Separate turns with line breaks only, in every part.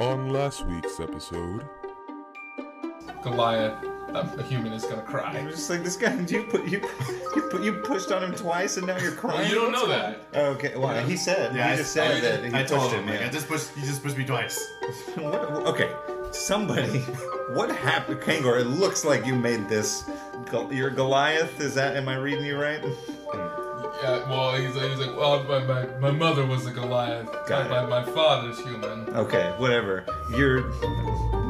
On last week's episode,
Goliath, a, a human is gonna
I
cry.
was just like, this guy, you put you, you put you pushed on him twice, and now you're
Well,
crying.
you don't know that.
Okay, well, he said,
Yeah,
he
I-
just said
I,
that he
I
pushed
told him,
him.
like, I
yeah.
just pushed, you just pushed me twice.
What- okay, somebody, what happened, Kangor? It looks like you made this. Gol- You're Goliath. Is that? Am I reading you right?
Yeah, well, he's like, he's like well, my, my, my mother was a Goliath.
Got
my,
it.
my father's human.
Okay, whatever. You're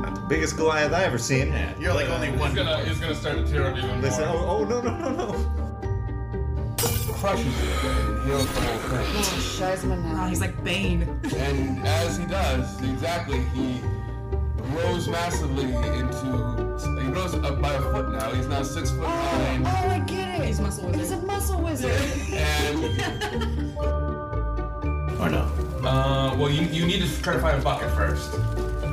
not the biggest Goliath I ever seen.
Yeah, you're like only
He's
one.
gonna, he's gonna start to tear up even
They said,
more.
oh, oh no no no no.
crushes it and heals the whole thing.
Shiesman
Oh,
Uh,
now.
he's like Bane.
And as he does, exactly, he grows massively into. He grows up by a foot now. He's now six foot
Oh,
nine.
I get it.
He's muscle wizard.
He's a muscle wizard.
And
Or no.
Uh, well, you, you need to try to find a bucket first.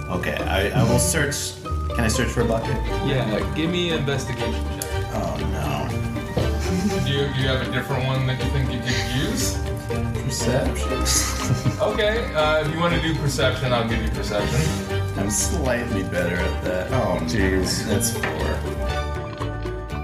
Okay, I, I will search. Can I search for a bucket?
Yeah, like, give me an investigation check.
Oh no.
Do you, do you have a different one that you think you could use?
Perception.
Okay, uh, if you want to do perception, I'll give you perception.
I'm slightly better at that. Oh jeez, that's four.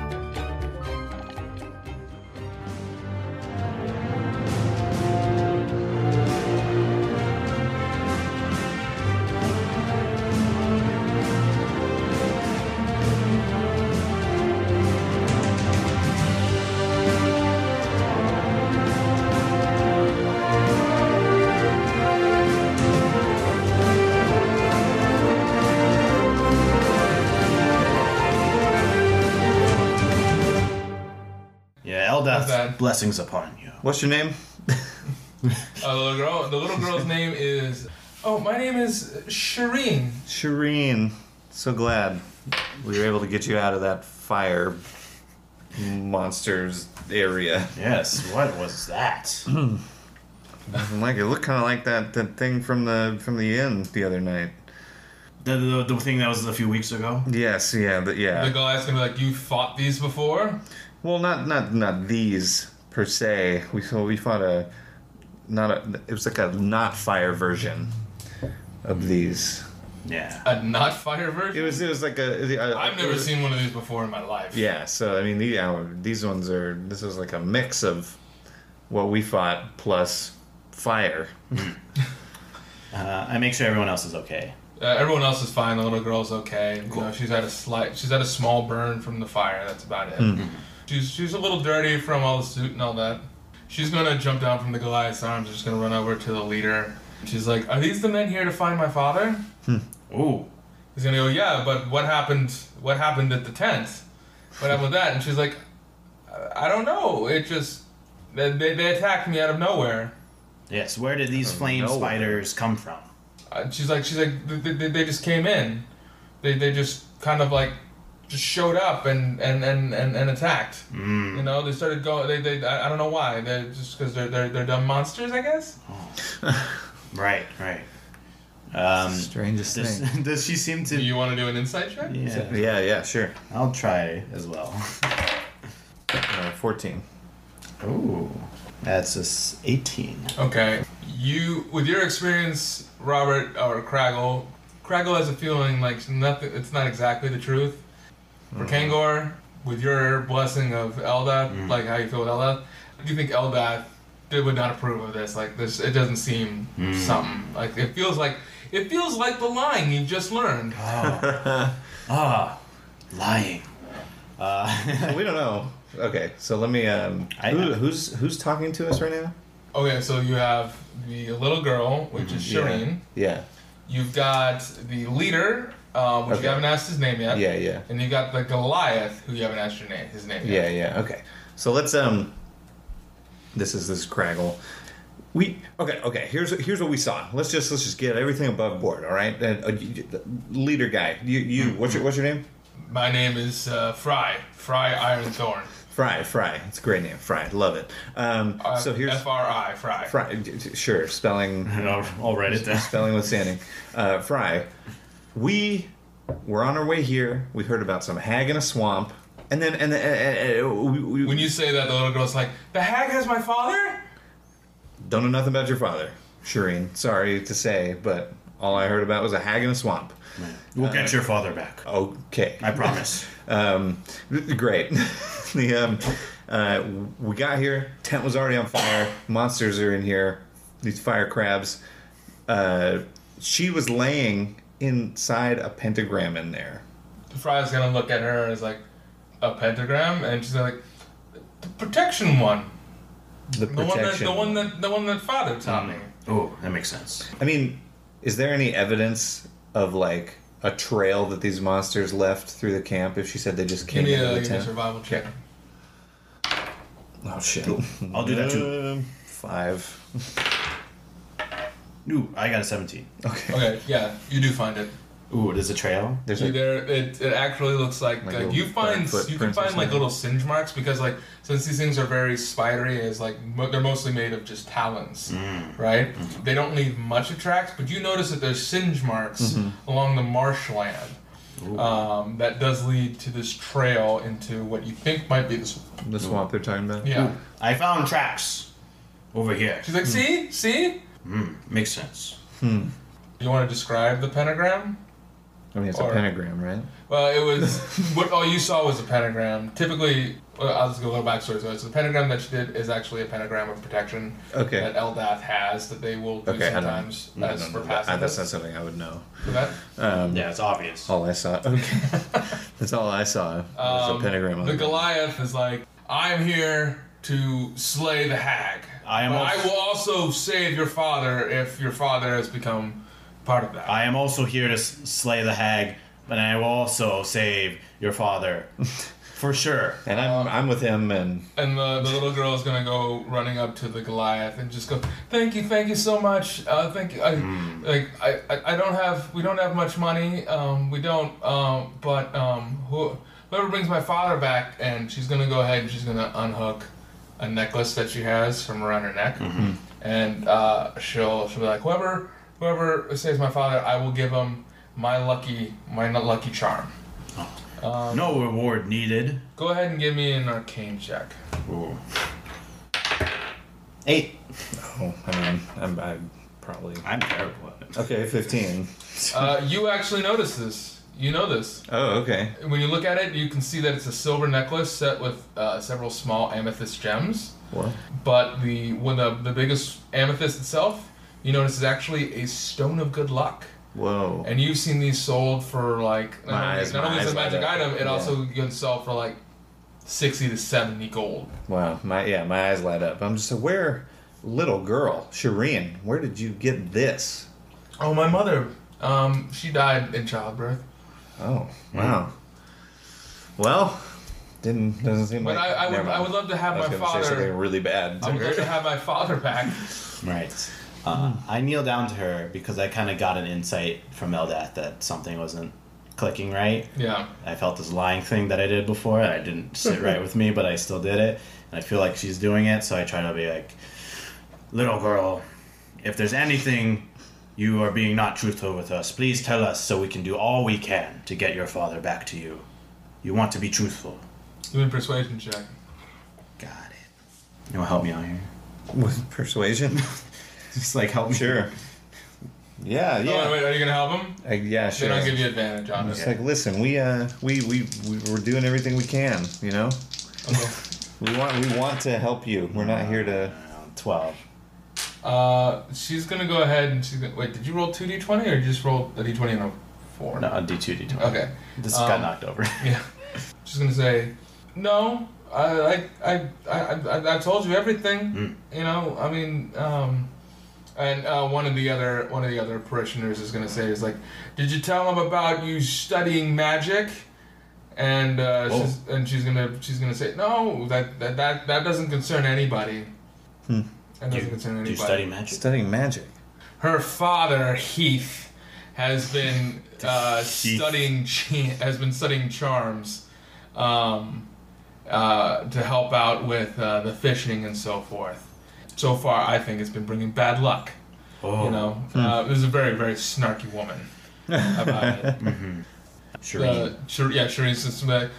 Yeah,
Not bad.
Eldath, blessings upon you.
What's your name?
Uh, the little girl, the little girl's name is. Oh, my name is Shireen.
Shireen. So glad we were able to get you out of that fire monsters area.
Yes, what was that?
Like it looked kind of like that, that thing from the from the inn the other night.
the, the, the thing that was a few weeks ago.
Yes, yeah, the,
The
yeah.
Goliath's gonna be like, you fought these before?
Well, not not not these per se. We so we fought a not a it was like a not fire version of these.
Yeah.
A Uh, not fire version?
It was it was like a. a-
I've
it
never
was-
seen one of these before in my life.
Yeah, so I mean the, yeah, these ones are this is like a mix of what we fought plus fire.
Uh, I make sure everyone else is okay.
Uh, everyone else is fine. The little girl's okay. You know, she's had a slight, she's had a small burn from the fire. That's about it. She's she's a little dirty from all the suit and all that. She's gonna jump down from the Goliath's arms. She's gonna run over to the leader. She's like, "Are these the men here to find my father?"
Ooh.
He's gonna go, "Yeah, but what happened? What happened at the tent? What happened with that?" And she's like, "I I don't know. It just they, they, they attacked me out of nowhere."
Yes, where did these flame
nowhere.
spiders come from?
Uh, she's like, she's like, they, they, they just came in. They, they just kind of like, just showed up and and and and, and attacked. Mm. You know, they started going. They, they I I don't know why. They're just because they're, they're they're dumb monsters, I guess.
Right, right. Um,
Strangest
does, does she seem
Do
to?
you want to do an insight check?
Yeah,
Yeah, yeah, sure.
I'll try as well.
Uh, Fourteen.
Ooh, that's a s- eighteen.
Okay. You, with your experience, Robert or Craggle, Craggle has a feeling like nothing. It's not exactly the truth. For Kangor, with your blessing of Eldath, like how you feel with Eldath, do you think Eldath they would not approve of this? Like this, it doesn't seem something. Like it feels like it feels like the lying you just learned.
Ah, lying. Uh,
we don't know. Okay, so let me. Um,
I-
who, who's who's talking to us right now?
Okay, so you have the little girl, which is Shireen.
Yeah,
You've got the leader, um, which
Okay.
you haven't asked his name yet.
yeah, yeah,
And you got the Goliath, who you haven't asked your name, his name
yeah,
yet.
yeah. Okay, so let's. Um, this is this is Craggle. We okay, okay. Here's here's what we saw. Let's just let's just get everything above board. All right, and, uh, you- you- leader guy. You you what's your what's your name?
My name is uh, Fry, Fry Ironthorn.
Fry, Fry. It's a great name. Fry, love it. Um,
Uh,
so here's
F R I, Fry.
Fry. d- d- Sure, spelling
I'll, I'll write it down.
spelling withstanding. Uh, Fry, we were on our way here. We heard about some hag in a swamp, and then and then, uh, uh, uh, we, we,
When you say that, the little girl's like, "The hag has my father."
don't know nothing about your father, Shireen. Sorry to say, but All I heard about was a hag in a swamp.
We'll get your father back.
Okay.
I promise.
Um, great. the um, uh, we got here. Tent was already on fire. Monsters are in here. These fire crabs. Uh, she was laying inside a pentagram in there.
Fry's gonna look at her as like a pentagram, and she's like, the protection one, the
The
one that
protection. Mm.
the one that the one that Father taught me.
Oh, that makes sense.
I mean, is there any evidence of like a trail that these monsters left through the camp? If she said they just
Give
came
me
into
a, give
the
me a
tent.
survival check.
Oh shit.
I'll do that too.
Um, five.
Ooh, I got a 17.
Okay.
Okay, yeah, you do find it.
Ooh, there's a trail.
There's
You
a,
there, it, it actually looks like, like,
Like little
you find
foot
you can
prints or
find like
something.
little singe marks because like since these things are very spidery, is like mo- they're mostly made of just talons, right? They don't leave much of tracks, but you notice that there's singe marks along the marshland. Um, that does lead to this trail into what you think might be this.
the swamp they're talking about.
Yeah,
I found tracks over here.
she's like, see, see.
Makes sense.
You want to describe the pentagram?
I mean, it's
Or-
a pentagram, right?
Well, it was what all you saw was a pentagram. Typically, well, I'll just go a little backstory. So, it's the pentagram that she did is actually a pentagram of protection
Okay.
that Eldath has that they will do
Okay, I don't-
sometimes
I
as
don't
for
know that. I- That's not
passive.
something I would know.
That-
Yeah, it's obvious.
All I saw. Okay. That's all I saw. was a
um,
pentagram. on
The
it.
Goliath is like, I'm here to slay the hag.
I am
but I
also-
will also save your father if your father has become part of that.
I am also here to s- slay the hag, but I will also save your father. For sure.
and I'm, I'm with him, and
And the, the little girl is gonna go running up to the Goliath and just go, "Thank you, thank you so much. Uh, thank you. I, Like I, I, I don't have, we don't have much money. Um, we don't. Um, but um, who, whoever brings my father back, and she's gonna go ahead and she's gonna unhook a necklace that she has from around her neck, and uh, she'll she'll be like, whoever whoever saves my father, I will give him my lucky my lucky charm.
Um,
no reward needed.
Go ahead and give me an arcane check.
Eight.
oh, I mean, I'm, I'm probably
I'm terrible at it.
okay. Fifteen.
Uh, you actually notice this. You know this.
Oh, okay.
When you look at it, you can see that it's a silver necklace set with uh, several small amethyst gems.
What?
But the one of the biggest amethyst itself, you notice is actually a stone of good luck.
Whoa.
And you've seen these sold for like not
My
only-
eyes-
not
my
only is it a
eyes light
magic
up.
item, it
Yeah.
also you can sell for like sixty to seventy gold.
Wow. My yeah, my eyes light up. I'm just like, where, little girl, Shireen, where did you get this?
Oh, my mother. Um, she died in childbirth.
Oh,
Hmm.
wow. Well, didn't doesn't seem
But
like.
I, I would
never
I
mind.
would love to have
I was
my
gonna say something
father.
really bad.
I would love to have my father back.
Right. Uh, I kneel down to her because I kind of got an insight from Eldath that something wasn't clicking right.
Yeah.
I felt this lying thing that I did before. I didn't sit right with me, but I still did it. And I feel like she's doing it, so I try to be like, little girl, if there's anything you are being not truthful with us, please tell us so we can do all we can to get your father back to you. You want to be truthful.
Doing persuasion check.
Got it. You want to help me out here?
With persuasion?
Just like help me.
sure. Yeah, yeah.
Oh, wait, wait, are you gonna help him?
I- yeah,
They
sure.
don't give you advantage on
It's
it.
like, listen, we uh, we we we- we're doing everything we can, you know.
Okay.
We want we want to help you. We're not here to.
Around 12.
Uh, she's gonna go ahead and she's gonna wait. Did you roll two d twenty or you just roll a d twenty and a four?
No, D2, D2.
Okay.
This
Um,
got knocked over.
Yeah. She's gonna say, no. I I I I, I, I told you everything.
Mm.
You know. I mean. Um, and uh, one of the other one of the other parishioners is gonna say is like, did you tell him about you studying magic? And uh,
Oh.
she's, and she's gonna she's gonna say no that that that, that doesn't concern anybody. That doesn't
You-
concern anybody
Do Hmm. you study magic?
Studying magic.
her father Heath has been uh,
Heath.
studying cha- has been studying charms um, uh, to help out with uh, the fishing and so forth. So far, I think it's been bringing bad luck.
oh,
You know, uh, this is a very very snarky woman about it.
sure.
Uh, Shir- yeah, Sharice is like,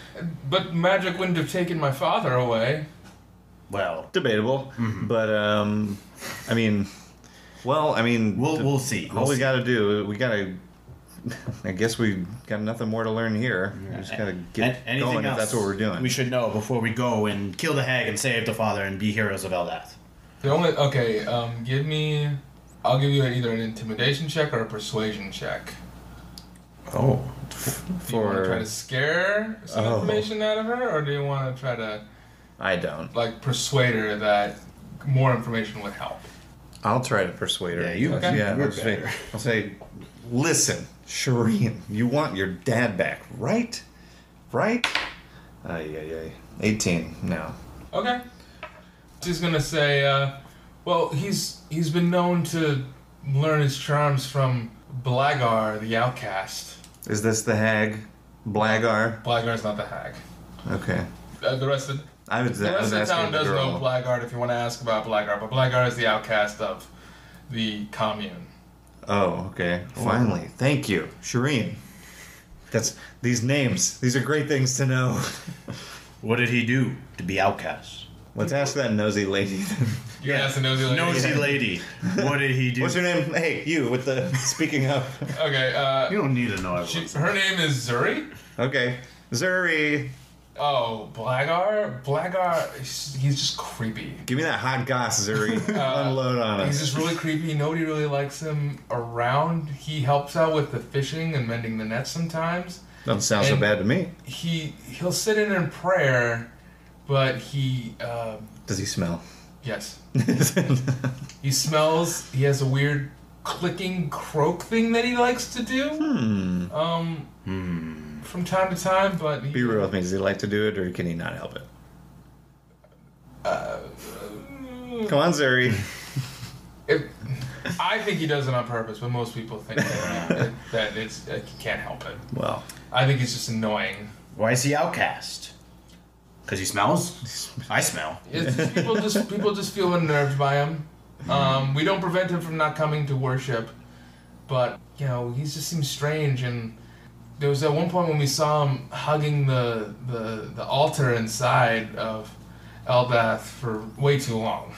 but magic wouldn't have taken my father away.
well,
Mm-hmm. Debatable, but um, I mean, Well, I mean,
We'll-
the-
we'll see.
All
We'll
we
see.
got to do, we got to. I guess we got nothing more to learn here. We just got to get
An- anything
going
else
if that's what we're doing.
We should know before we go and kill the hag and save the father and be heroes of Eldath.
The only okay, um, give me. I'll give you either an intimidation check or a persuasion check.
oh,
Do you want to try
for
to scare some
Oh.
information out of her, or do you want to try to
I don't.
like persuade her that more information would help?
I'll try to persuade her.
Yeah, you-
Okay.
Yeah,
you're
I'll say,
better.
I'll say, listen, Shireen, you want your dad back, right? Right? Ay, ay, ay. 18 now.
Okay. She's gonna say, uh, well, he's he's been known to learn his charms from Blagar, the outcast.
Is this the hag? Blagar?
Blagar's not the hag.
Okay.
Uh, the rest of
I was,
the
I
rest
was
of the
asking
town
the
does know
girl.
Blackguard if you want to ask about Blackguard, but Blackguard is the outcast of the commune.
oh, okay. Finally. Thank you, Shireen. That's these names. These are great things to know.
What did he do to be outcast?
Let's ask that nosy lady.
You yeah. ask the nosy lady.
Nosy lady. What did he do?
What's your name? Hey, you with the speaking up.
Okay, uh,
you don't need to know
she,
everyone.
her name is Zuri.
Okay. Zuri.
Oh, Blackguard. Blackguard. He's he's just creepy.
Give me that hot goss, Zuri.
Uh,
Unload on us.
He's just really creepy. Nobody really likes him around. He helps out with the fishing and mending the nets sometimes.
Doesn't sound so
And-
bad to me.
He he'll sit in in prayer, but he uh,
Does he smell?
yes
okay.
He smells. He has a weird clicking croak thing that he likes to do. Um, from time to time, but he,
Hmm. Be real with me. Does he like to do it, or can he not help it?
Uh,
Come on, Zuri.
if- I think he does it on purpose, but most people think that, that it's that he can't help it.
Well,
I think it's just annoying.
Why is he outcast? Because he smells? I smell.
It's, people just people just feel unnerved by him. Um, we don't prevent him from not coming to worship, but you know he just seems strange. And there was at one point when we saw him hugging the the, the altar inside of Eldath for way too long.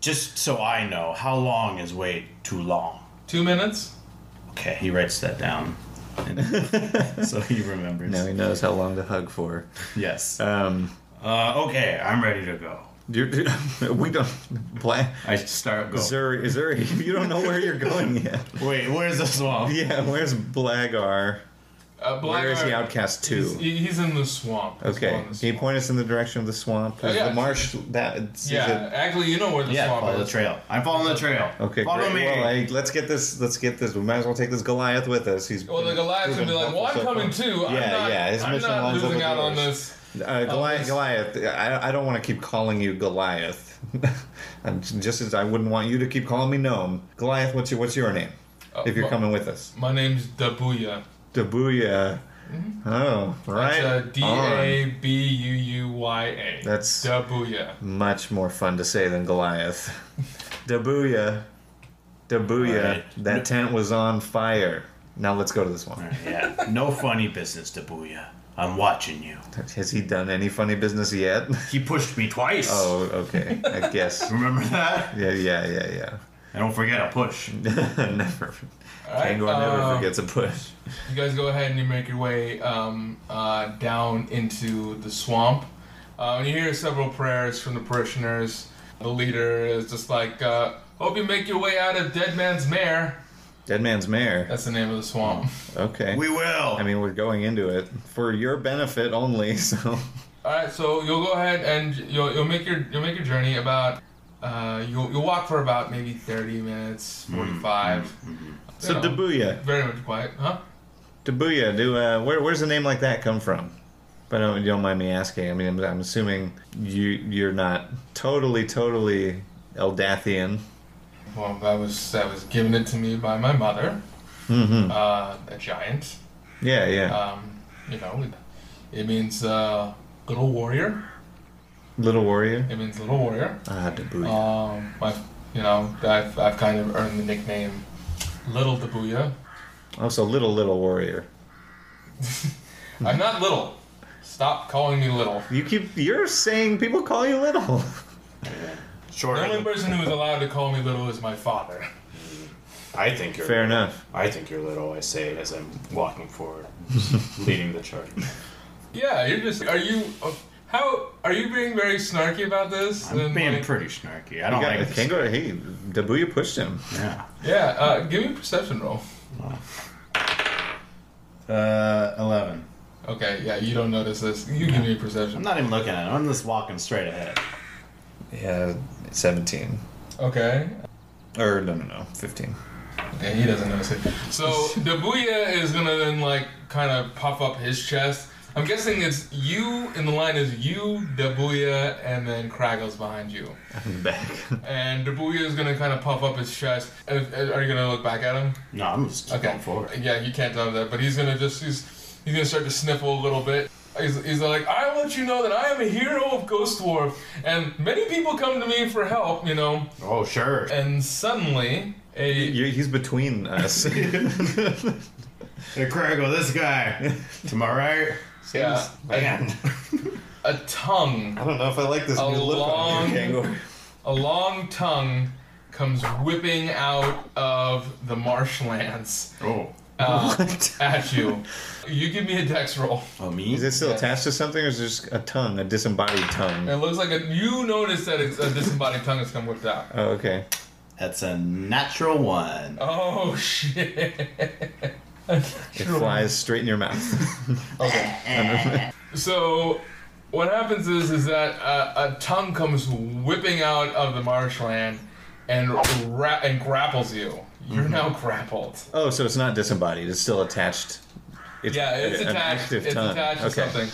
Just so I know, how long is wait too long?
Two minutes.
Okay, he writes that down. And- so he remembers.
now he knows how long to hug for.
Yes.
Um,
Uh, okay, I'm ready to go.
you're, we don't. Bla-
I start go.
Zuri, Zuri, you don't know where you're going yet.
Wait, where's the
Oh.
swamp?
Yeah, where's Blagar?
Uh, Blackguard,
Where is the outcast
He's,
to?
he- he's in the swamp. He's still
Okay,
in the
can you
swamp. Oh,
point us in the direction of the swamp? Is
yeah.
the marsh that? is
Yeah,
it-
actually, you know where the
Yeah,
swamp
follow the
is.
trail. I'm following the trail.
Okay,
follow
great.
me.
Well, hey, let's get this. Let's get this. We might as well take this Goliath with us. He's
Well, the Goliath's gonna be like, "Well, I'm coming too. I'm
Yeah,
not,
yeah, his
I'm
mission
not
lines up
losing
with
out on
yours.
this."
Uh, Goliath,
this-
Goliath. I, I don't want to keep calling you Goliath. I'm j- just as I wouldn't want you to keep calling me Gnome. Goliath, what's your what's your name?
Uh,
if you're
well-
coming with us,
My name's Dabuya.
Dabuya. Oh, right.
It's Mm-hmm. D
on.
A B U U Y A.
That's-
Dabuya.
Much more fun to say than Goliath. Dabuya. Dabuya.
All right.
That tent was on fire. Now let's go to this one.
yeah, no funny business, Dabuya. I'm watching you.
Has he done any funny business yet?
He pushed me twice.
Oh, okay. I guess.
Remember that?
Yeah, yeah, yeah, yeah.
I don't forget a push.
never.
right,
Kangor never
um,
forgets a push.
You guys go ahead and you make your way um, uh, down into the swamp. Uh, and you hear several prayers from the parishioners. The leader is just like, uh, "Hope you make your way out of Dead Man's Mare."
Dead Man's Mare.
That's the name of the swamp.
Okay.
We will.
I mean, we're going into it for your benefit only, so.
All right, so you'll go ahead and you'll, you'll make your you'll make your journey about uh, you'll, you'll walk for about maybe thirty minutes, forty five.
So, Dabuya.
very much quiet, huh?
Dabuya, do, uh, where, where's a name like that come from? But uh, you don't mind me asking. I mean, I'm, I'm assuming you, you're not totally, totally Eldathian.
Well, that was that was given it to me by my mother, uh, a giant.
Yeah, yeah.
Um, you know, it means uh, little warrior.
Little Warrior.
It means little warrior.
Ah, Dabuya.
Um, I've, you know, I've, I've kind of earned the nickname Little Dabuya.
oh, so Little, Little Warrior.
I'm not little. Stop calling me little.
You keep, you're saying people call you Little.
Sure.
The only person who is allowed to call me little is my father.
I think you're
Fair enough.
I think you're little. I say it as I'm walking forward, leading the charge.
Yeah, you're just. Are you? uh, How are you being very snarky about this?
I'm
And,
being
like,
pretty snarky. Oh, I
You
don't
got
like
the
this.
kangaroo. Hey, Dabuya pushed him.
Yeah.
yeah, uh, give me a perception roll.
Uh, eleven.
Okay, yeah, you don't notice this. You give me a perception.
I'm not even looking at him. I'm just walking straight ahead.
Yeah, 17.
Okay.
Or, no, no, no, 15.
Yeah, he doesn't notice it. So Dabuya is gonna then like kind of puff up his chest. I'm guessing it's you in the line is you, Dabuya, and then Kraggle's behind you.
I'm back.
And Dabuya is gonna kind of puff up his chest. Uh, uh, Are you gonna look back at him?
No, I'm just
Okay.
going forward.
Yeah, you can't tell that, but he's gonna just he's he's gonna start to sniffle a little bit. He's, he's like, I let you know that I am a hero of Ghost Dwarf, and many people come to me for help, you know.
Oh sure.
And suddenly, a
You- he's between us.
Hey, Craigle, this guy. To my right.
yeah,
Man.
a tongue
I don't know if I like this
A
new look on
long-
you, kangaroo.
a long tongue comes whipping out of the marshlands
Oh.
uh, at you. You give me a dex roll.
Oh me?
Is it still attached to something, or is it just a tongue, a disembodied
It
tongue?
looks like a, you notice that it's a disembodied tongue has come whipped out.
Oh, okay.
That's a natural one.
Oh shit!
It flies straight in your mouth.
So, what happens is is that uh, a tongue comes whipping out of the marshland and ra- and grapples you. You're
Mm-hmm.
now grappled.
oh, so it's not disembodied. It's still attached. It's
Yeah, it's
an
attached.
active
It's
tongue.
attached to
okay.
something,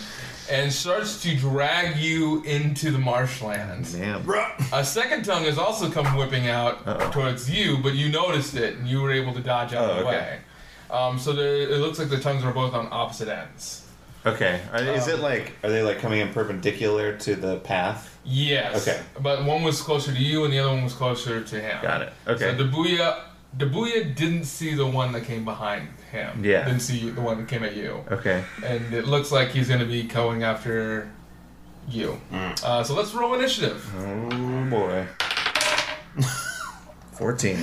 and starts to drag you into the marshland.
Damn.
A second tongue has also come whipping out
Uh-oh.
towards you, but you noticed it and you were able to dodge out
Oh,
of the
okay.
way. Um, so the, it looks like the tongues are both on opposite ends.
Okay. Are, is it like? Are they like coming in perpendicular to the path?
Yes.
Okay.
But one was closer to you and the other one was closer to him.
Got it. Okay.
So Dabuya, Dabuya didn't see the one that came behind him.
Yeah.
Didn't see the one that came at you.
okay.
And it looks like he's going to be going after you.
Mm.
Uh, so let's roll initiative.
Oh boy.
14.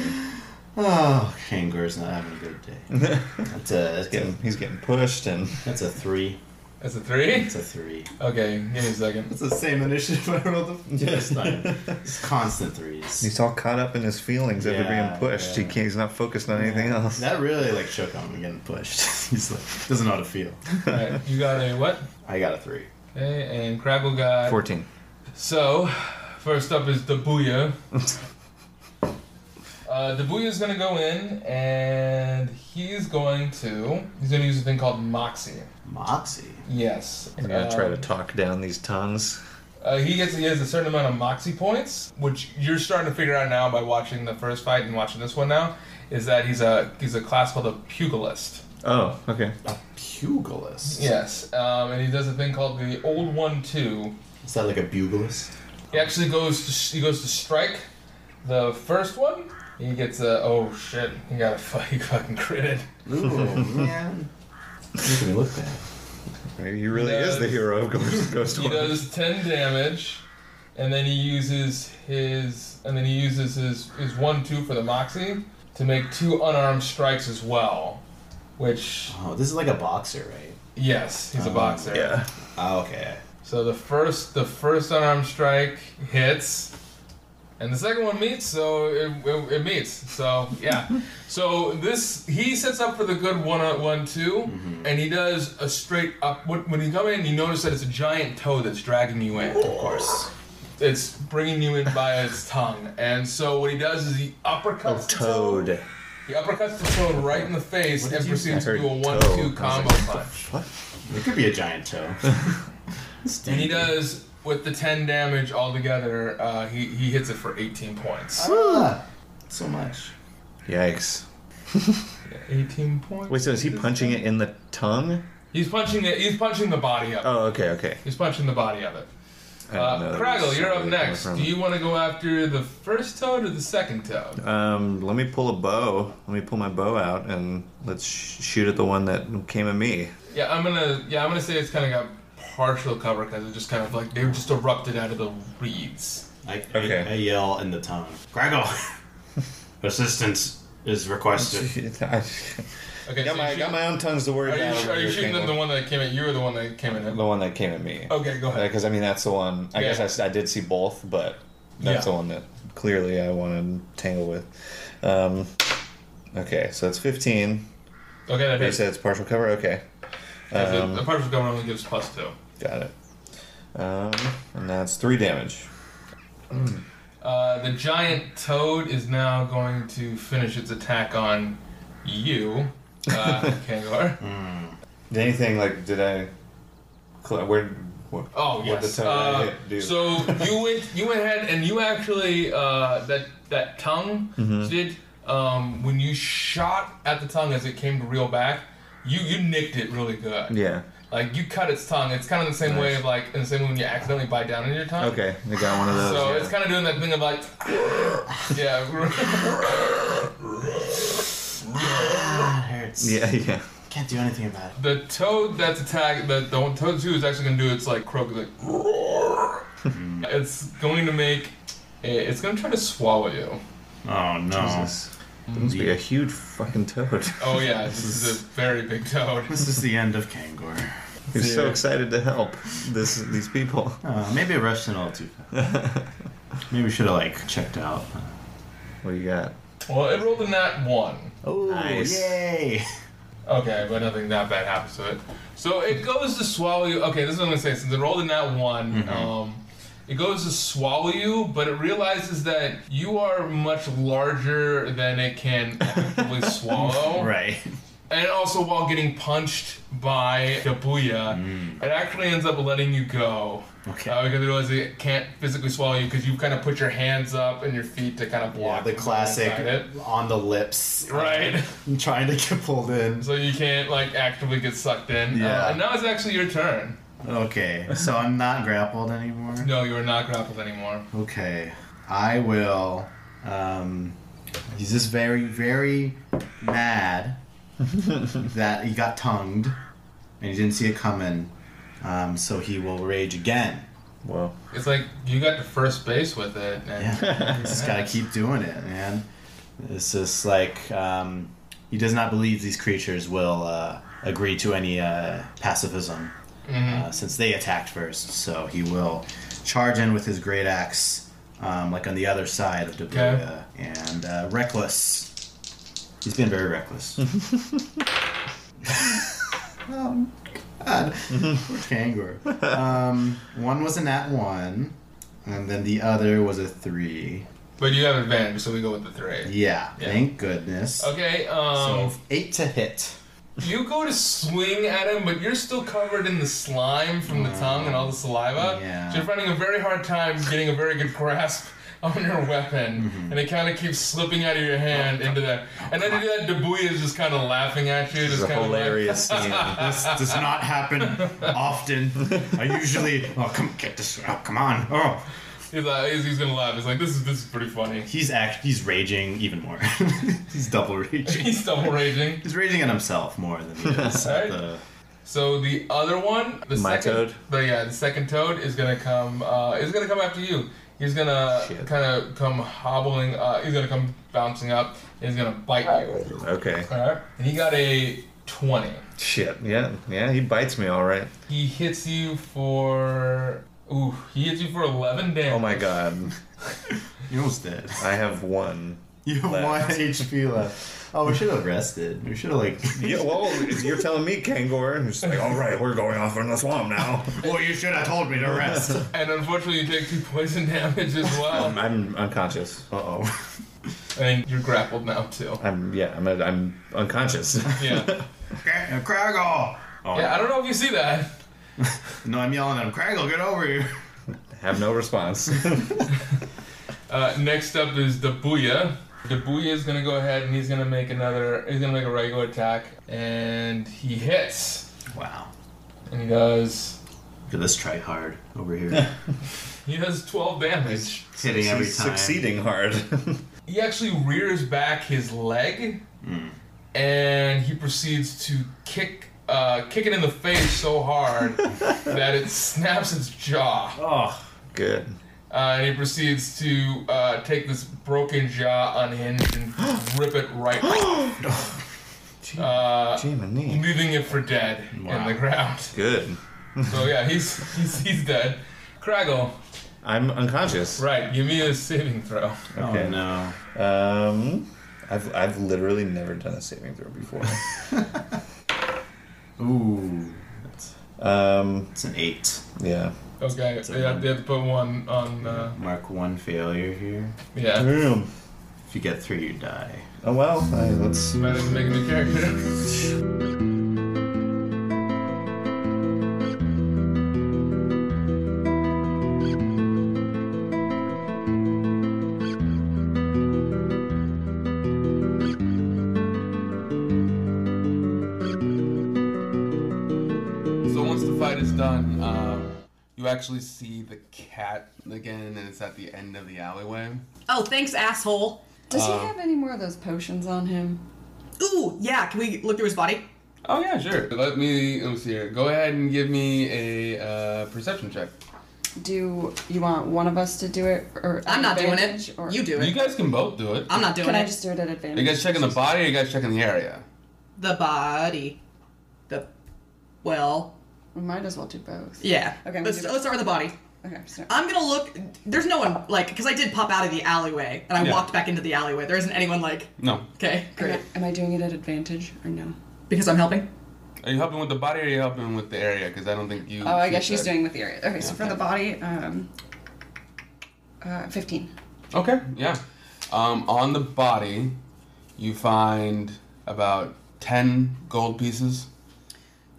Oh, Kangaroo's not having a good day. That's a that's, a,
Getting, he's getting pushed and
that's a three.
Mm-hmm.
That's a three.
That's a three.
Okay, give me a second.
It's the same initiative I rolled the first time. It's constant threes.
he's all caught up in his feelings after
Yeah,
being pushed. He
yeah.
can't. He's not focused on anything else.
That really like shook him getting pushed. He's like doesn't know how to feel.
All right, you got a what?
I got a three.
Okay, and Craggle got.
Fourteen.
So, first up is Dabuya. Uh, Dabuya's gonna go in and he's going to he's gonna use a thing called Moxie.
Moxie.
Yes.
I'm gonna try to
Um,
talk down these tongues.
Uh, he gets he has a certain amount of Moxie points, which you're starting to figure out now by watching the first fight and watching this one now, is that he's a he's a class called a pugilist.
Oh, okay.
A pugilist.
Yes. Um, and he does a thing called the old one two,
Is that like a bugleist?
He actually goes to he goes to strike the first one. He gets a oh shit. He got a fu- he fucking critted.
Ooh, man. Making me look bad.
Maybe he really
He
is the
does-
hero of Ghost, Ghost
He
World.
does ten damage, and then he uses his and then he uses his his one two for the moxie to make two unarmed strikes as well. Which
Oh, this is like a boxer, right?
yes, he's a boxer.
Yeah.
Oh, okay.
So the first the first unarmed strike hits, and the second one meets. So it, it, it meets. So yeah. so this he sets up for the good one on one 2
Mm-hmm.
and he does a straight up. When, when you come in, you notice that it's a giant toe that's dragging you in.
Of course.
It's bringing you in by its tongue, and so what he does is he uppercuts the
Oh, Toad.
He uppercuts the toe right in the face and proceeds to
say?
do a
Heard
one
toe. I
two
was
combo
like,
punch.
It could be a giant toe.
And he does with the ten damage altogether. Uh, he he hits it for eighteen points.
Ah, so much.
Yikes.
Eighteen points.
Wait, so is he punching it in the tongue?
He's punching it. He's punching the body up.
Oh, okay, okay.
He's punching the body of it.
I don't know
Uh,
that
Craggle,
it's
you're up
really
next.
coming
Do you want to go after the first toad or the second toad?
from. Um, let me pull a bow. Let me pull my bow out and let's sh- shoot at the one that came at me.
Yeah, I'm gonna. Yeah, I'm gonna say it's kind of got partial cover because it just kind of like they just erupted out of the reeds.
I,
Okay.
I, I yell in the tongue. Gregor, assistance is requested.
Okay,
got
so
my
you
got my own tongues to worry
shoot- Are
about.
you,
over
are you
here,
shooting them
Kangor.
the one that came at you or the one that came at him?
The one that came at me.
Okay, go ahead.
Because Uh, I mean that's the one. I
Yeah.
guess I, I did see both, but that's
Yeah.
the one that clearly I want to tangle with. Um, okay, so it's fifteen.
Okay, that
They
hits.
said it's partial cover. Okay,
That's it.
um,
the partial cover only gives plus two.
got it. Um, and that's three damage.
Uh, the giant toad is now going to finish its attack on you, uh, Kangor.
Did anything like did I? cl- Where? What,
Oh
what
yes.
the tongue I
Uh,
hit do?
so you went you went ahead and you actually uh, that that tongue
Mm-hmm.
did um, when you shot at the tongue as it came to reel back, you you nicked it really good.
yeah.
Like you cut its tongue. It's kind of the same way of like in the same way when you accidentally bite down on your tongue.
Okay, I got one of those.
So
yeah.
it's kind of doing that thing of like, yeah,
Ah, That hurts.
yeah, yeah.
Can't do anything about it.
the toad that's attack the the one- toad two is actually gonna do its like croak like, it's going to make, a- it's gonna try to swallow you.
Oh no.
Jesus. There must be a huge fucking toad.
Oh yeah, this is a very big toad.
This is the end of Kangor.
He's so
Yeah.
excited to help this these people.
Uh, maybe I rushed in a little too fast. maybe we should have like checked out.
What do you got?
Well, it rolled a nat one.
Oh
Nice.
yay!
Okay, but nothing that bad happens to it. So it goes to swallow you. Okay, this is what I'm gonna say. Since it rolled a nat one, um, it goes to swallow you, but it realizes that you are much larger than it can effectively swallow.
Right.
And also, while getting punched by Kabuya, it actually ends up letting you go.
Okay.
Uh, because it realizes it can't physically swallow you because you've kind of put your hands up and your feet to kind of block
Yeah, the
it from
classic
inside it.
on the lips.
Right.
I'm trying to get pulled in.
So you can't like actively get sucked in.
Yeah.
Uh, and now it's actually your turn.
Okay. So I'm not grappled anymore.
No, you are not grappled anymore.
Okay. I will. Um, he's just very, very mad that he got tongued and he didn't see it coming. Um, so he will rage again.
Whoa.
It's like you got to first base with it. And
Yeah. He's just gotta keep doing it, man. It's just like um, he does not believe these creatures will uh, agree to any uh, pacifism uh, since they attacked first. So he will charge in with his great axe, um, like on the other side of Dabuya, and uh, reckless. He's been very reckless. oh God, poor kangaroo. Um, one was a nat one. And then the other was a three.
But you have advantage, so we go with the three.
Yeah,
Yeah.
thank goodness.
Okay,
So
um,
eight to hit.
you go to swing at him, but you're still covered in the slime from the tongue and all the saliva.
Yeah.
So you're finding a very hard time getting a very good grasp on your weapon,
Mm-hmm.
and it kind of keeps slipping out of your hand into that. And then you do that, Dabuya is just kind of laughing at you.
This is
just
a
kind of
hilarious scene.
This does not happen often. I usually oh come get this oh come on oh
He's, like, he's, he's gonna laugh. He's like, this is this is pretty funny.
he's act he's raging even more. he's double raging.
He's double raging.
He's raging at himself more than he is at the.
So the other one, the
My
second,
toad?
the yeah, the second toad is gonna come. Uh, is gonna come after you. He's gonna
Shit.
kind of come hobbling. Uh, he's gonna come bouncing up. And he's gonna bite you.
Okay.
All right. And he got a twenty.
Shit. Yeah. Yeah. He bites me. All right.
He hits you for. Ooh, he hits you for eleven damage.
Oh my god.
You're almost dead.
I have one.
You have
Left.
one HP left. Oh, we should have rested. We should have like.
Yeah. Well, you're telling me, Kangor. And it's like, all right, we're going off in the swamp now.
Well, Oh, you should have told me to rest.
And unfortunately, you take two poison damage as
Oh
well.
I'm unconscious.
Uh oh.
and you're grappled now too.
I'm yeah. I'm I'm unconscious.
Yeah.
uh, Craggle. Oh,
Yeah. I don't know if you see that.
No, I'm yelling at him. Craggle, get over here.
have no response.
Uh, next up is Dabuya. Dabuya is gonna go ahead and he's gonna make another. He's gonna make a regular attack, and he hits,
Wow.
and he does.
Look at this try hard over here.
He does 12 damage.
Hitting every
He's
time.
succeeding hard.
He actually rears back his leg, and he proceeds to kick, uh, kick it in the face so hard that it snaps its jaw.
Oh,
Good.
Uh, and he proceeds to uh, take this broken jaw unhinged and rip it right off, uh,
Gee, my knee.
leaving it for dead in
Wow.
the ground.
Good.
So yeah, he's he's, he's dead. Craggle,
I'm unconscious.
right? Give me a saving throw.
Okay.
Oh no.
Um, I've I've literally never done a saving throw before.
Ooh. That's,
um,
that's an eight.
yeah.
Okay,
a
they have, they have to put one on. Uh,
Mark one failure here.
yeah,
Damn.
If you get three, you die.
Oh well. Hey, let's see.
might have to make a new character.
So once the fight is done, um, you actually see the cat again, and it's at the end of the alleyway.
Oh, thanks, asshole.
Does he have any more of those potions on him?
Ooh, yeah. Can we look through his body?
Oh yeah, sure. Let me let me see here. Go ahead and give me a uh, perception check.
Do you want one of us to do it, or
I'm not doing it.
advantage, Or
You do
You
it.
guys can both do it.
I'm not doing
Can
it.
I just do it
Are
at
you
advantage?
guys checking the body or you guys checking the area?
The body. The. Well,
We might as well do both.
yeah.
Okay, we
Let's,
do-
let's start with the body.
Okay. So
I'm gonna look. There's no one like because I did pop out of the alleyway and I
Yeah.
walked back into the alleyway. There isn't anyone like.
No.
Okay,
am,
great.
I, am I doing it at advantage or no?
Because I'm helping.
Are you helping with the body or are you helping with the area? Because I don't think you.
Oh, I guess
you
she's
said-
doing with the area. Okay, so for the body, um, uh, fifteen.
Okay, yeah. Um, on the body, you find about 10 gold pieces.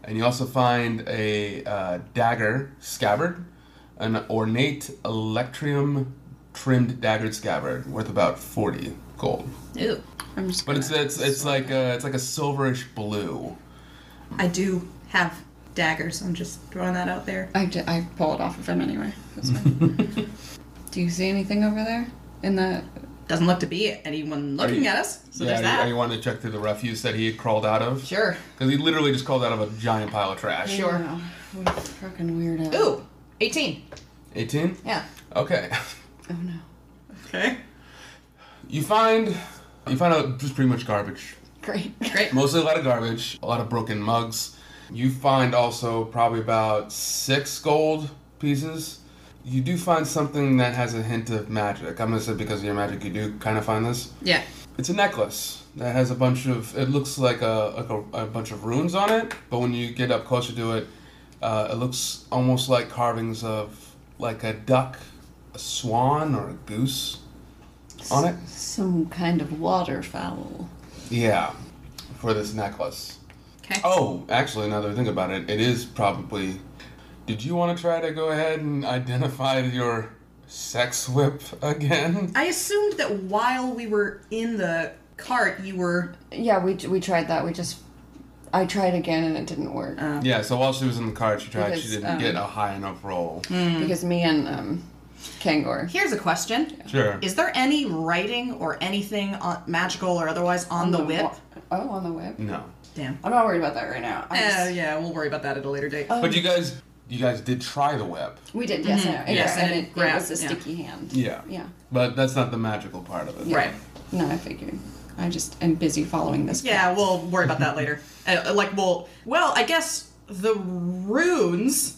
And you also find a uh, dagger scabbard, an ornate electrium trimmed daggered scabbard worth about 40 gold.
Ew.
I'm just.
But it's
gonna-
it's it's like a, it's like a silverish blue.
I do have daggers. I'm just throwing that out there.
I, di- I pull it off of him anyway. That's fine. do you see anything over there in the?
Doesn't look to be anyone looking
you-
at us. So
yeah,
there's that.
you, you want to check through the refuse that he had crawled out of?
Sure.
Because he literally just crawled out of a giant pile of trash.
Sure.
Wow, what a fucking weirdo.
Ooh, 18.
18?
Yeah.
Okay.
Oh no.
Okay.
You find you find out just pretty much garbage.
Great.
Great.
Mostly a lot of garbage, a lot of broken mugs. You find also probably about six gold pieces. You do find something that has a hint of magic. I'm gonna say because of your magic, you do kind of find this.
Yeah.
It's a necklace that has a bunch of. It looks like a like a, a bunch of runes on it, but when you get up closer to it, uh, it looks almost like carvings of like a duck, a swan, or a goose on it.
Some kind of waterfowl.
Yeah, for this necklace.
Okay.
Oh, actually, now that I think about it, it is probably. Did you want to try to go ahead and identify your sex whip again?
I assumed that while we were in the cart, you were.
Yeah, we we tried that. We just I tried again and it didn't work
Uh.
Yeah, so while she was in the car, she tried. she
Because,
didn't
um,
get a high enough roll.
Mm.
because me and um, Kangor.
Here's a question.
Sure.
Is there any writing or anything on, magical or otherwise on the whip?
wa- Oh, on the whip.
No.
Damn.
I'm not worried about that right now. I'm
Uh,
just-
yeah, we'll worry about that at a later date.
But you guys, you guys did try the whip.
we did. Yes, I know.
Yes,
yeah, and
and it
it, it
grabbed-
was a
yeah.
sticky hand.
Yeah.
Mm-hmm. Yeah.
But that's not the magical part of it.
Right.
No, I figured. I just am busy following this.
Yeah, we'll worry about that later. Uh, like, well, well, I guess the runes.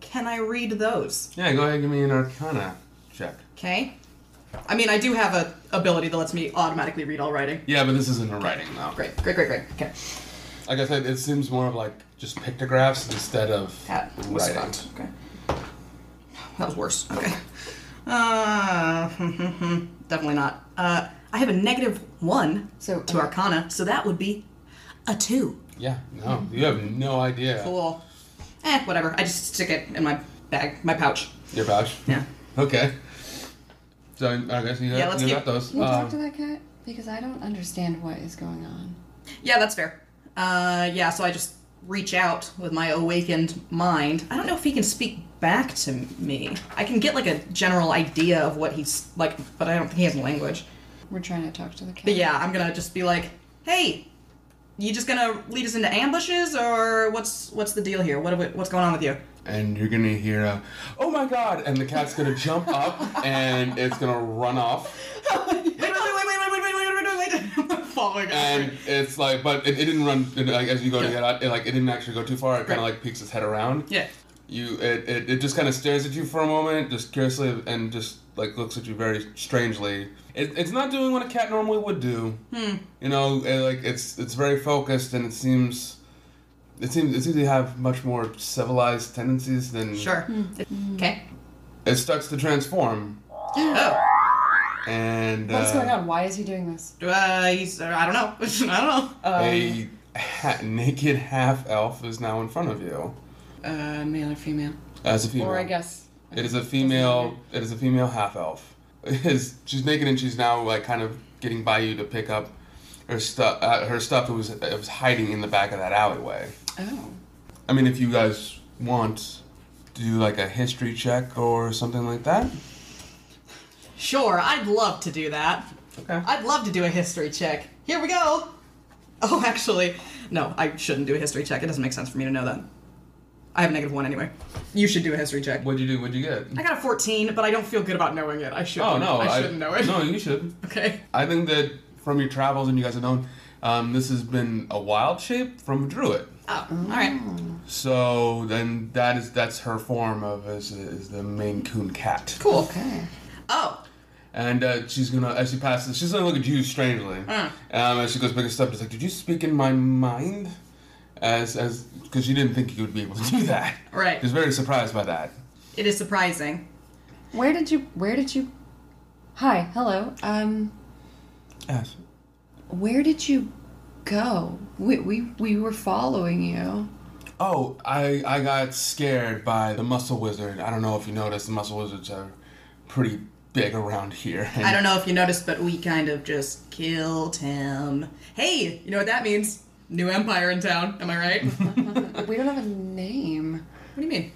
Can I read those?
Yeah. Go ahead, and give me an Arcana check.
Okay. I mean, I do have a ability that lets me automatically read all writing.
Yeah, but this isn't a writing though.
Great, great, great, great. Okay.
Like I said, it seems more of like just pictographs instead of
That was
writing.
fucked. Okay. That was worse. Okay. Uh, definitely not. Uh, I have a negative one
So,
to
uh,
Arcana, so that would be a two.
Yeah. No, you have no idea.
Cool. Eh, whatever. I just stick it in my bag, my pouch.
Your pouch.
Yeah.
Okay. So I guess you,
Yeah, let's
you
keep-
got those.
Can you
Uh,
talk to that cat? Because I don't understand what is going on.
Yeah, that's fair. Uh, yeah, so I just reach out with my awakened mind. I don't know if he can speak back to me. I can get like a general idea of what he's like, but I don't think he has language.
We're trying to talk to the cat.
But yeah, I'm gonna just be like, hey, You just gonna lead us into ambushes, or what's what's the deal here? What are we, what's going on with you?
and you're gonna hear a, oh my god, and the cat's gonna jump up and it's gonna run off.
Wait, wait, wait, wait, wait, wait, wait, wait, wait, Oh wait, wait! Following
And it's like, but it, it didn't run, it, like, as you go to get out, it, like, it didn't actually go too far, it kind of
Right.
like peeks its head around.
Yeah.
You, it, it, it just kind of stares at you for a moment, just curiously, and just like looks at you very strangely. It, it's not doing what a cat normally would do. Hmm. You know, it, like it's it's very focused, and it seems, it seems it seems to have much more civilized tendencies than
Sure. Okay.
It starts to transform,
Oh,
and
What's
uh,
going on? Why is he doing this?
uh, he's, uh, I don't know. I don't know. Uh,
a ha- naked half elf is now in front of you
Uh, male or female?
as a female.
Or I guess.
It is a female. It is a female half elf. Is she's naked and she's now like kind of getting by you to pick up her stuff. Uh, her stuff that was it was hiding in the back of that alleyway.
Oh.
I mean, if you guys want to do like a history check or something like that.
Sure, I'd love to do that.
Okay.
I'd love to do a history check. Here we go. Oh, actually, no, I shouldn't do a history check. It doesn't make sense for me to know that. I have negative one anyway. You should do a history check.
What'd you do? What'd you get?
I got a 14, but I don't feel good about knowing it. I should.
Oh no!
I shouldn't know it.
No, you should.
Okay.
I think that from your travels and you guys have known, um, this has been a wild shape from a druid.
Oh, all right.
So then that is that's her form of is, is the Maine Coon cat,
Cool.
Okay.
Oh,
and uh, she's gonna as she passes, she's gonna look at you strangely.
Mm.
Um, as she goes back a step, she's like, "Did you speak in my mind?" As as because she didn't think you would be able to do that.
Right.
She was very surprised by that.
it is surprising.
Where did you? Where did you? Hi. Hello. Um.
Yes.
Where did you go? We we we were following you.
Oh, I I got scared by the muscle wizard. I don't know if you noticed, the muscle wizards are pretty big around here.
I don't know if you noticed, but we kind of just killed him. Hey, you know what that means? New empire in town. Am I right? what
We don't have a name. Uh,
do you mean?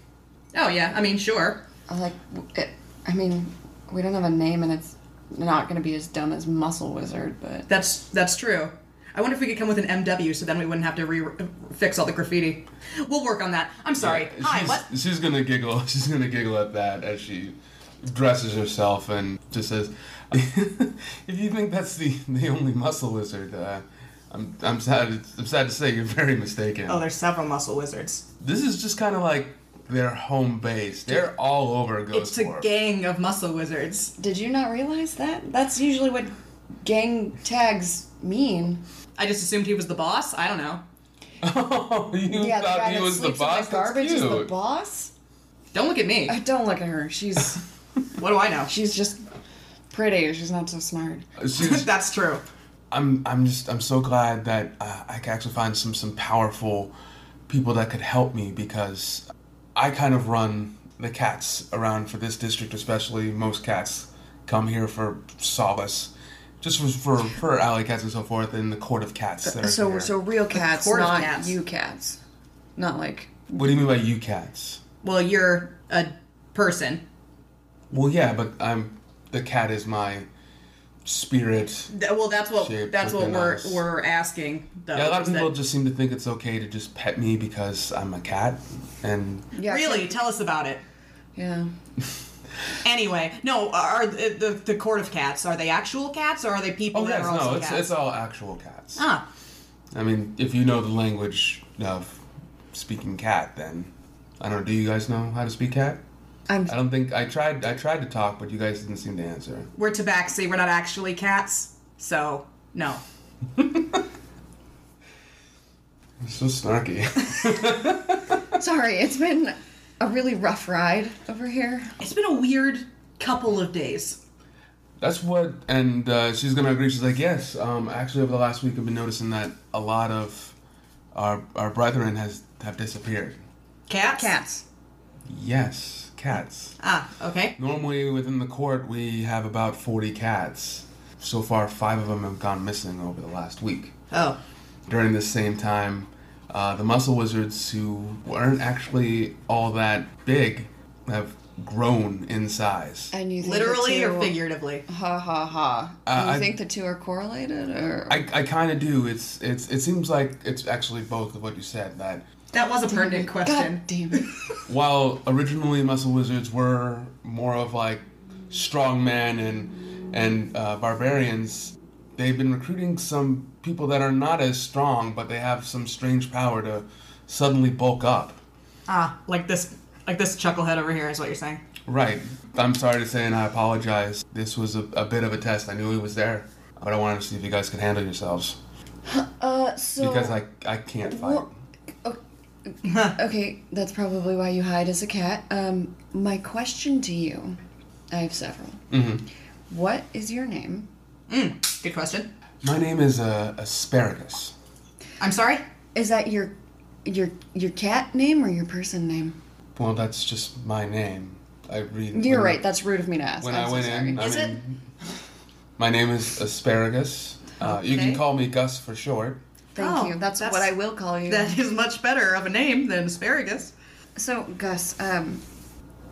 Oh yeah. I mean, sure.
Like, it, I mean, we don't have a name, and it's not going to be as dumb as Muscle Wizard, but
That's that's true. I wonder if we could come with an MW, so then we wouldn't have to re- uh, fix all the graffiti. We'll work on that. I'm sorry. Hi.
Uh, She's,
What?
she's gonna giggle. She's gonna giggle at that as she dresses herself and just says, "If you think that's the the only muscle lizard, uh, I'm I'm sad. I'm sad to say you're very mistaken.
Oh, there's several muscle wizards.
this is just kind of like their home base. They're all over Ghost
It's a gang of muscle wizards.
did you not realize that? That's usually what gang tags mean.
I just assumed he was the boss. I don't know.
Oh, you
yeah, the
thought
guy
he
that
was the
sleeps
boss.
in the garbage
that's
is
cute.
the boss.
Don't look at me.
Uh, Don't look at her. She's
What do I know?
she's just pretty. She's not so smart.
She's-
that's true.
I'm I'm just I'm so glad that uh, I can actually find some some powerful people that could help me because I kind of run the cats around for this district especially most cats come here for solace just for for, for alley cats and so forth in the court of cats that are
So
here.
so real cats,
court of
not
cats.
you cats, not like
what do you mean by you cats
Well, you're a person.
well yeah but I'm the cat is my spirit
Th- Well, that's what
Shaped
that's what
within
we're
us.
we're asking. Though,
yeah a lot of
is that-
people just seem to think it's okay to just pet me because I'm a cat and oh,
yeah,
really tell us about it.
yeah.
Anyway, no, are the, the the court of cats are they actual cats or are they people
oh
that
yes
are also
no it's,
cats?
it's all actual cats
ah,
I mean, if you know the language of speaking cat, then I don't know. Do you guys know how to speak cat?
I'm
I don't think I tried. I tried to talk, but you guys didn't seem to answer.
we're tabaxi. We're not actually cats, so no.
It's So snarky.
sorry. It's been a really rough ride over here.
It's been a weird couple of days.
That's what. And uh, she's gonna agree. She's like, yes. Um, actually, over the last week, I've been noticing that a lot of our our brethren has have disappeared.
Cats.
Cats.
Yes, cats.
Ah, okay.
Normally, within the court, we have about forty cats. So far, five of them have gone missing over the last week.
Oh,
during this same time, uh, the muscle wizards, who weren't actually all that big, have grown in size.
And you think the
Literally
two,
or figuratively?
Ha ha ha.
Uh,
And you
I-
think the two are correlated, or
I, I kind of do. It's it's it seems like it's actually both of what you said. That
That was a pertinent question.
God damn it.
while originally muscle wizards were more of like strongmen and and uh, barbarians, they've been recruiting some people that are not as strong, but they have some strange power to suddenly bulk up.
Ah, like this, like this chucklehead over here is what you're saying.
Right. I'm sorry to say, and I apologize. This was a, a bit of a test. I knew he was there, but I wanted to see if you guys could handle yourselves
Uh, so
because I I can't fight.
Well, Okay, that's probably why you hide as a cat. Um, my question to you, I have several. Mm-hmm. is your name?
Good question.
My name is uh, Asparagus.
I'm sorry.
Is that your your your cat name or your person name?
Well, that's just my name. I read.
You're
when-
right. That's rude of me to ask.
When
I'm
i
so
went
sorry.
in, I
Is it?
mean, My name is Asparagus. Uh, You can
Okay.
call me Gus for short.
Thank
Oh,
you. That's,
that's-
what I will call you.
That is much better of a name than asparagus.
So, Gus, um,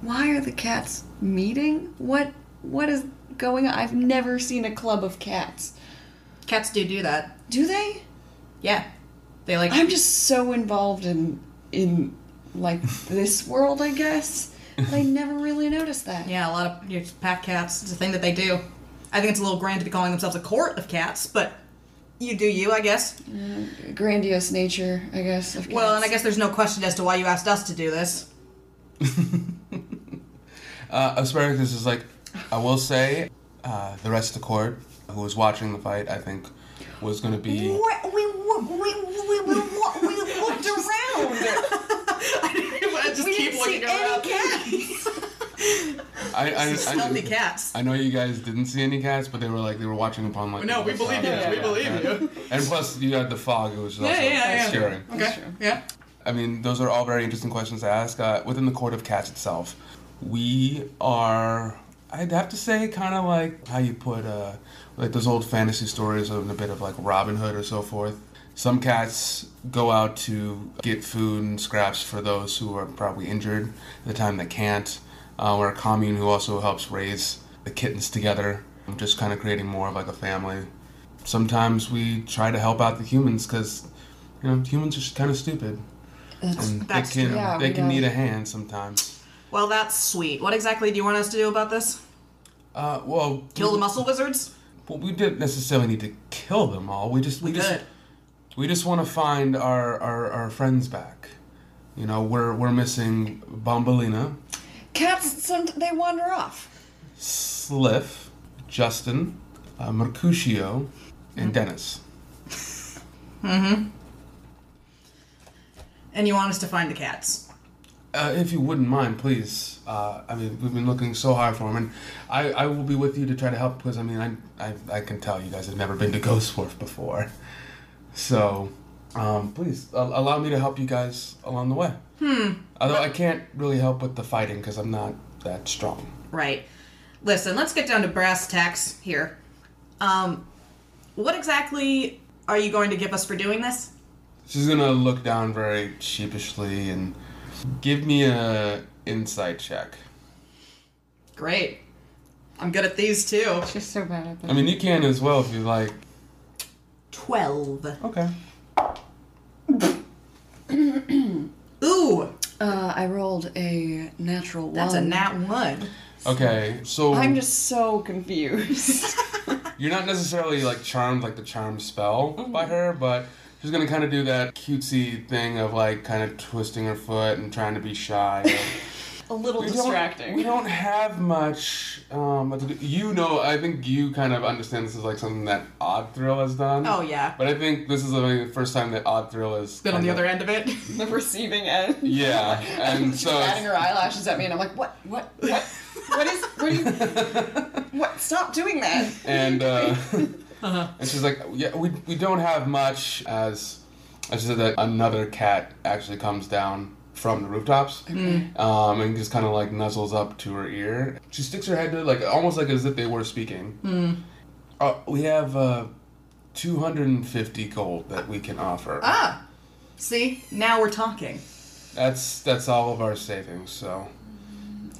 why are the cats meeting? What what is going on? I've never seen a club of cats.
Cats do do that.
Do they?
Yeah, they like.
I'm just so involved in in like this world, I guess. that I never really noticed that.
Yeah, a lot of you know, pack cats. It's a thing that they do. I think it's a little grand to be calling themselves a court of cats, but you do you, I guess.
Grandiose nature, I guess. Of
Well, and
cats.
I guess there's no question as to why you asked us to do this.
Uh, Asparagus is like, I will say, uh, the rest of the court who was watching the fight, I think, was going to be.
What we we we we, we, we, looked around. I just
We
keep
didn't see
looking around. cats.
I, I, I,
Stealthy cats.
I know you guys didn't see any cats, but they were like they were watching upon like.
No, we believe you.
Yeah,
We
yeah,
believe
yeah.
you.
And plus, you had the fog, which was also
yeah, yeah.
scaring.
Okay. Yeah.
I mean, those are all very interesting questions to ask. Uh, within the court of cats itself, we are, I'd have to say, kind of like how you put, uh, like those old fantasy stories of a bit of like Robin Hood or so forth. Some cats go out to get food and scraps for those who are probably injured at the time they can't. Uh, we're a commune who also helps raise the kittens together, just kind of creating more of like a family. Sometimes we try to help out the humans because, you know, humans are kind of stupid. And Mm, they
That's-
can
yeah,
they
we
can
know.
need a hand sometimes.
Well, that's sweet. What exactly do you want us to do about this?
Uh, well,
Kill
we,
the muscle wizards?
Well, we didn't necessarily need to kill them all. We just we,
We
just
could.
we just want to find our, our our friends back. You know, we're we're missing Bombolina,
cats. Some they wander off.
Sliff, Justin, uh, Mercutio,
Mm.
and Dennis.
And you want us to find the cats?
Uh, if you wouldn't mind, please. Uh, I mean, we've been looking so hard for him, and I, I will be with you to try to help because I mean, I, I, I can tell you guys have never been to Ghostworth before. So, um, please a- allow me to help you guys along the way. Hmm. Although I can't really help with the fighting because I'm not that strong.
Right. Listen, let's get down to brass tacks here. Um, what exactly are you going to give us for doing this?
She's gonna look down very sheepishly and give me a insight check.
Great. I'm good at these too.
Just so bad at
I mean, you can as well if you like.
12.
Okay.
Ooh,
Uh, I rolled a natural one.
that's a nat one.
Okay. So
I'm just so confused.
You're not necessarily like charmed like the charm spell
Mm-hmm.
by her, but she's gonna kind of do that cutesy thing of like kind of twisting her foot and trying to be shy.
a little
We don't- we don't have much. Um, what to do- you know, I think you kind of understand this is like something that Odd Thrill has done.
Oh, yeah.
But I think this is like, the first time that Odd Thrill is
Been on the
kind
other
of-
end of it.
the receiving end.
Yeah, and
She's
so
batting
it's-
her eyelashes at me, and I'm like, what? What? What? what is? What are you? What? Stop doing that.
and uh, and she's like, yeah, we, we don't have much as as she said that another cat actually comes down from the rooftops
Mm.
um, and just kind of like nuzzles up to her ear. She sticks her head to like almost like as if they were speaking. Uh, we have uh, two hundred and fifty gold that we can offer.
ah, see, now we're talking.
That's that's all of our savings. So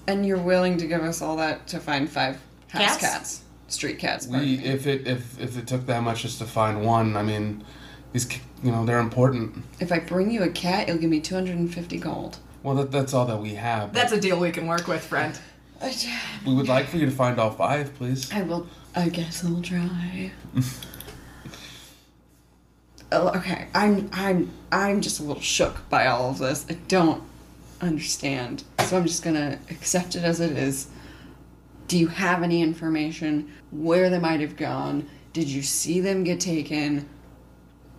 And you're willing to give us all that to find five house
Cats?
cats, street cats. pardon
We
me.
if it if if it took that much just to find one, I mean, these ki- you know they're important.
if I bring you a cat, you'll give me 250 gold.
Well, that, that's all that we have. but
That's a deal we can work with, friend.
I,
we would like for you to find all five, please.
I will. I guess I'll try. oh, okay, I'm. I'm. I'm just a little shook by all of this. I don't understand, so I'm just gonna accept it as it is. Do you have any information where they might have gone? Did you see them get taken?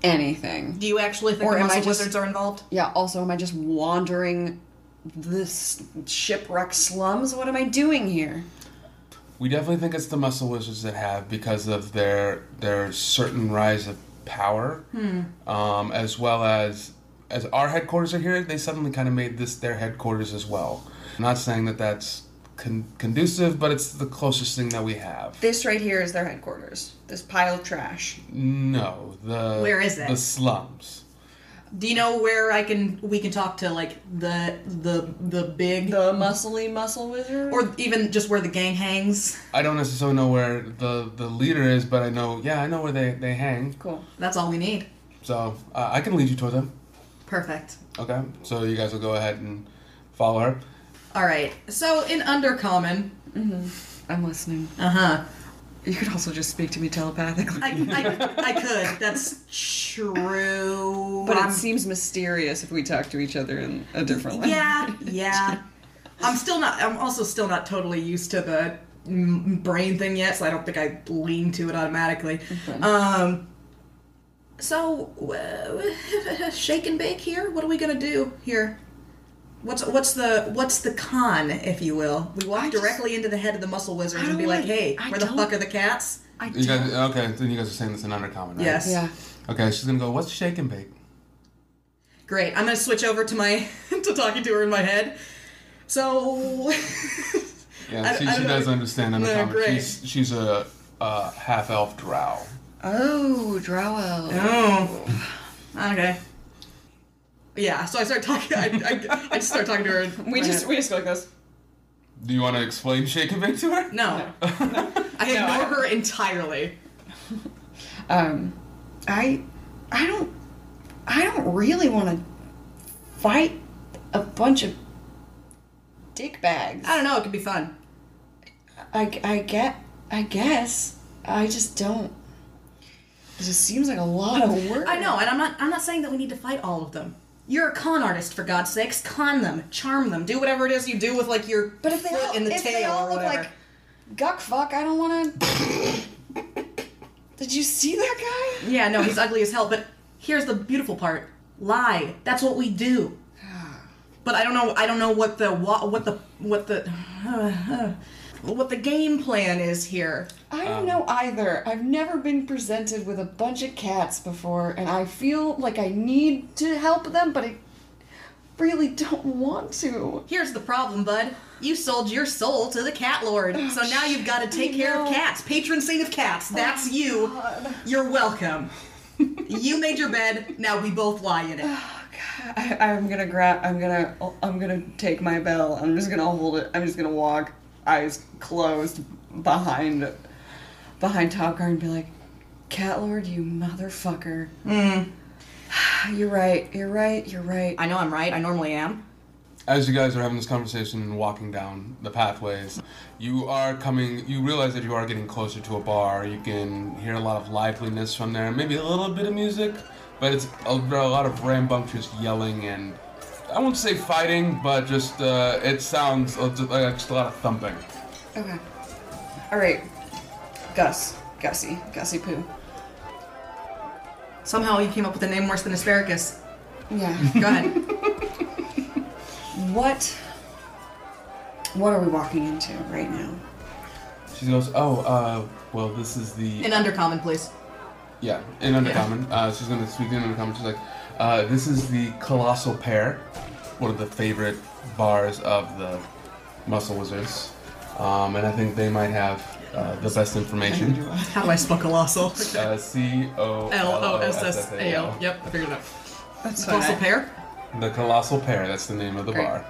Anything?
Do you actually think
Or
the
am I
muscle
just-
wizards are involved?
Yeah, also, am I just wandering this shipwreck slums? What am I doing here?
We definitely think it's the muscle wizards that have because of their their certain rise of power,
Hmm.
um, as well as as our headquarters are here. They suddenly kind of made this their headquarters as well. I'm not saying that that's con- conducive, but it's the closest thing that we have.
This right here is their headquarters. This pile of trash.
No, the
Where is it?
The slums.
Do you know where I can we can talk to like the the the big
The muscly muscle wizard?
or even just where the gang hangs?
I don't necessarily know where the the leader is, but I know. Yeah, I know where they they hang.
cool.
That's all we need.
So uh, I can lead you toward them.
Perfect.
Okay, so you guys will go ahead and follow her.
All right. So in Undercommon,
I'm listening.
uh
Uh-huh.
huh.
You could also just speak to me telepathically.
I, I, I could. That's true.
but
I'm-
it seems mysterious if we talk to each other in a different way.
Yeah, yeah. I'm still not. I'm also still not totally used to the mm, brain thing yet, so I don't think I lean to it automatically. Um. So, uh, shake and bake here. What are we gonna do here? What's what's the what's the con, if you will? We walk
I just-
directly into the head of the muscle wizards
I
and be
don't
like,
wanna-
"Hey,
I
where the
don't-
fuck are the cats?"
I
You guys,
don't.
okay, then you guys are saying this in undercommon, right?
Yes.
Yeah.
Okay, she's gonna go. What's shake and bake?
Great. I'm gonna switch over to my to talking to her in my head. So.
Yeah,
I-
she,
I
she
don't
does
know.
understand
No,
undercommon.
great.
she's she's a, a half elf drow.
Oh, Drow elf.
Oh. Okay. Yeah, so I start talking. I, I, I just start talking to her.
We just we just go like this.
Do you want to explain shake and bake to her?
no. I ignore her entirely.
um, I, I don't, I don't really want to fight a bunch of dick bags.
I don't know. It could be fun.
I, I get, I guess, I just don't. It just seems like a lot of work.
I know, and I'm not. I'm not saying that we need to fight all of them. You're a con artist, for God's sakes. Con them, charm them, do whatever it is you do with like your
But if they
foot
all,
and the
if
tail
they all
or
look
whatever.
like guck fuck, I don't want to. Did you see that guy?
Yeah, no, he's ugly as hell. But here's the beautiful part: lie. That's what we do. But I don't know. I don't know what the wa- what the what the what the game plan is here.
I don't know either. I've never been presented with a bunch of cats before, and I feel like I need to help them, but I really don't want to.
Here's the problem, bud. You sold your soul to the cat lord, so now you've got to take care of
no.
cats. Patron saint of cats. That's you.
God.
You're welcome. you made your bed. Now we both lie in it.
I, I'm gonna grab. I'm gonna. I'm gonna take my bell. I'm just gonna hold it. I'm just gonna walk, eyes closed, behind, behind Top Guard, and be like, "Cat Lord, you motherfucker." You're right. You're right. You're right.
Mm. I know I'm right. I normally am.
As you guys are having this conversation and walking down the pathways, you are coming. You realize that you are getting closer to a bar. You can hear a lot of liveliness from there, maybe a little bit of music, but it's a, there are a lot of rambunctious yelling and I won't say fighting, but just uh, it sounds uh, just, uh, just a lot of thumping.
Okay. All right. Gus. Gussie. Gussie poo.
Somehow you came up with a name worse than asparagus.
Yeah.
Go ahead.
What what are we walking into right now?
She goes, "Oh, uh, well, this is the
In undercommon, please.
Yeah, in Undercommon. Uh, she's going to speak in Undercommon. She's like, uh, this is the Colossal Pair, one of the favorite bars of the Muscle Wizards. Um, and I think they might have uh, the best information.
How do I spell colossal?
Uh, C O
L O S S A L.
Yep.
Yep, I figured it out.
That's
Colossal pair?
The Colossal Pair, that's the name of the
Great.
bar.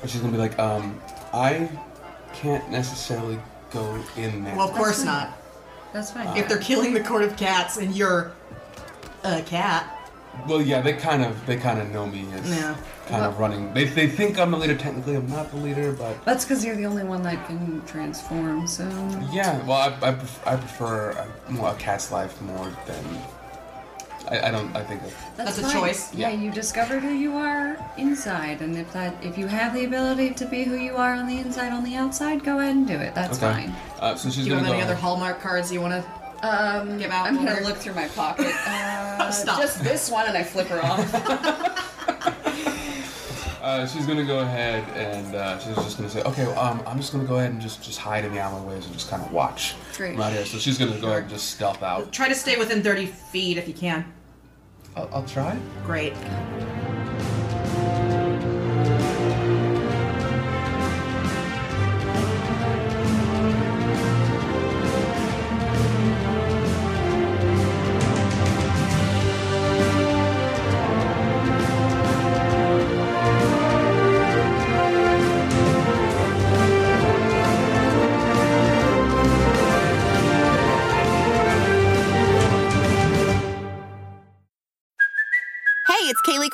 And she's going to be like, um, I can't necessarily go in there.
Well, of course not.
That's fine.
If they're killing the court of cats and you're a cat,
Well, yeah, they kind of they kind of know me as
Yeah.
kind of running. They, they think I'm the leader. Technically, I'm not the leader, but
That's because you're the only one that can transform, so.
yeah. Well, I, I, pref- I prefer a, well, a cat's life more than I, I don't. I think of,
That's a choice.
Yeah,
Yeah.
you discover who you are inside, and if that if you have the ability to be who you are on the inside, on the outside, go ahead and do it. That's
okay.
fine.
Uh, so she's
do you
gonna
have
go.
any other hallmark cards you want to?
Um,
Give out
I'm
more.
gonna look through my pocket. Uh,
Stop.
Just this one, and I flip her off.
Uh, she's gonna go ahead and uh, she's just gonna say, okay, well, um, I'm just gonna go ahead and just just hide in the alleyways and just kind of watch.
Great.
Right here. So she's gonna go ahead and just stealth out.
Try to stay within 30 feet if you can.
I'll, I'll try.
Great.
Hey, it's Kaylee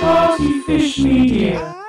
Party Fish Media.